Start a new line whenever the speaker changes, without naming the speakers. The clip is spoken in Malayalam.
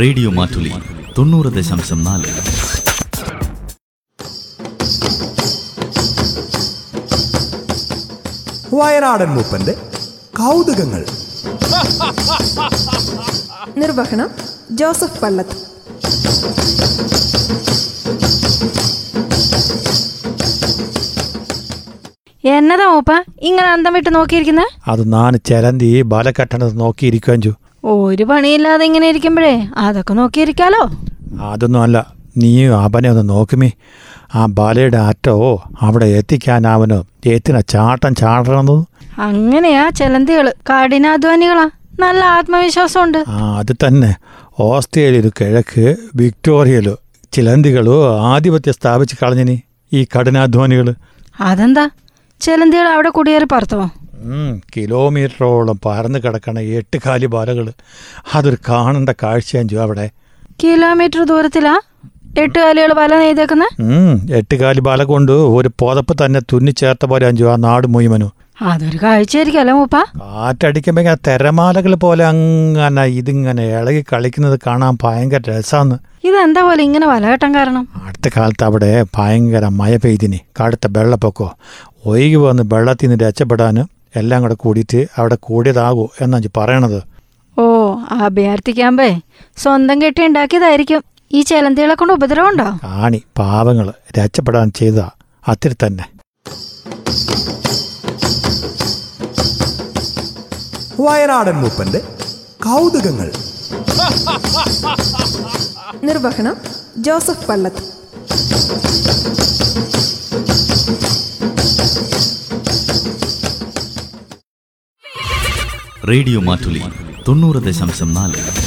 റേഡിയോ മാറ്റുലി തൊണ്ണൂറ് ദശാംശം നാല്
വയനാടൻ മൂപ്പന്റെ കൗതുകങ്ങൾ
നിർവഹണം ജോസഫ് പള്ളത്ത്
എന്നതാ മൂപ്പ ഇങ്ങനെ അന്തം വിട്ട് നോക്കിയിരിക്കുന്ന
അത് നാന് ചിലന്തി ബാലക്കട്ടണത് നോക്കിയിരിക്കുകയും ചെയ്യും
ഒരു പണിയില്ലാതെ ഇങ്ങനെ ഇരിക്കുമ്പോഴേ അതൊക്കെ നോക്കിയിരിക്കാലോ
അതൊന്നും അല്ല നീയും അവനെ ഒന്ന് നോക്കുമേ ആ ബാലയുടെ അറ്റവോ അവിടെ എത്തിക്കാൻ അവനോ എത്തിന ചാട്ടം ചാടണത്
അങ്ങനെയാ ചെലന്തികള് കഠിനാധ്വാനികളാ നല്ല ആത്മവിശ്വാസമുണ്ട്
ആ അത് തന്നെ ഓസ്ട്രേലിയയിൽ കിഴക്ക് വിക്ടോറിയയിലോ ചിലന്തികളോ ആധിപത്യം സ്ഥാപിച്ച് കളഞ്ഞിനി ഈ കഠിനാധ്വാനികൾ
അതെന്താ ചെലന്തികൾ അവിടെ കുടിയേറി പറത്തോ
ഉം, കിലോമീറ്ററോളം പരന്ന് കിടക്കണ എട്ട് കാലി ബാലകൾ അതൊരു കാണേണ്ട കാഴ്ചയാണ് ചെയ്യും അവിടെ
കിലോമീറ്റർ ദൂരത്തിലാ എട്ട് കാലികൾ വല നെയ്തേക്കുന്ന
ഉം, എട്ടുകാലി ബാല കൊണ്ട് ഒരു പുതപ്പ് തന്നെ തുന്നിച്ചേർത്ത പോലെ അഞ്ചു ആ നാട് മുഴുവനും
അതൊരു കാഴ്ചയായിരിക്കും അല്ലേ മൂപ്പ
കാറ്റടിക്കുമ്പോൾ ഇങ്ങനെ തിരമാലകൾ പോലെ അങ്ങനെ ഇതിങ്ങനെ ഇളകി കളിക്കുന്നത് കാണാൻ ഭയങ്കര രസമാണ്
ഇതെന്താ പോലെ ഇങ്ങനെ വല കെട്ടാൻ കാരണം
അടുത്ത കാലത്ത് അവിടെ ഭയങ്കര മഴ പെയ്തിനി കടുത്ത വെള്ളപ്പൊക്കോ ഒഴുകി വന്ന് വെള്ളത്തിൽ നിന്ന് രക്ഷപ്പെടാൻ എല്ലാം കൂടെ കൂടിയിട്ട് അവിടെ കൂടിയതാകൂ എന്നാണ് പറയണത്
ഓ അഭ്യർത്ഥിക്കാമ്പേ സ്വന്തം കെട്ടി ഉണ്ടാക്കിയതായിരിക്കും ഈ ചെലന്തികളെ കൊണ്ട് ഉപദ്രവം ഉണ്ടോ
കാണി പാവങ്ങൾ രക്ഷപ്പെടാൻ ചെയ്തതാ അത്തിരി തന്നെ
വയനാടൻ മൂപ്പന്റെ കൗതുകങ്ങൾ
നിർവഹണം ജോസഫ് പള്ളത്ത്
റേഡിയോ മാറ്റുലി തൊണ്ണൂറ് ദശാംശം നാല്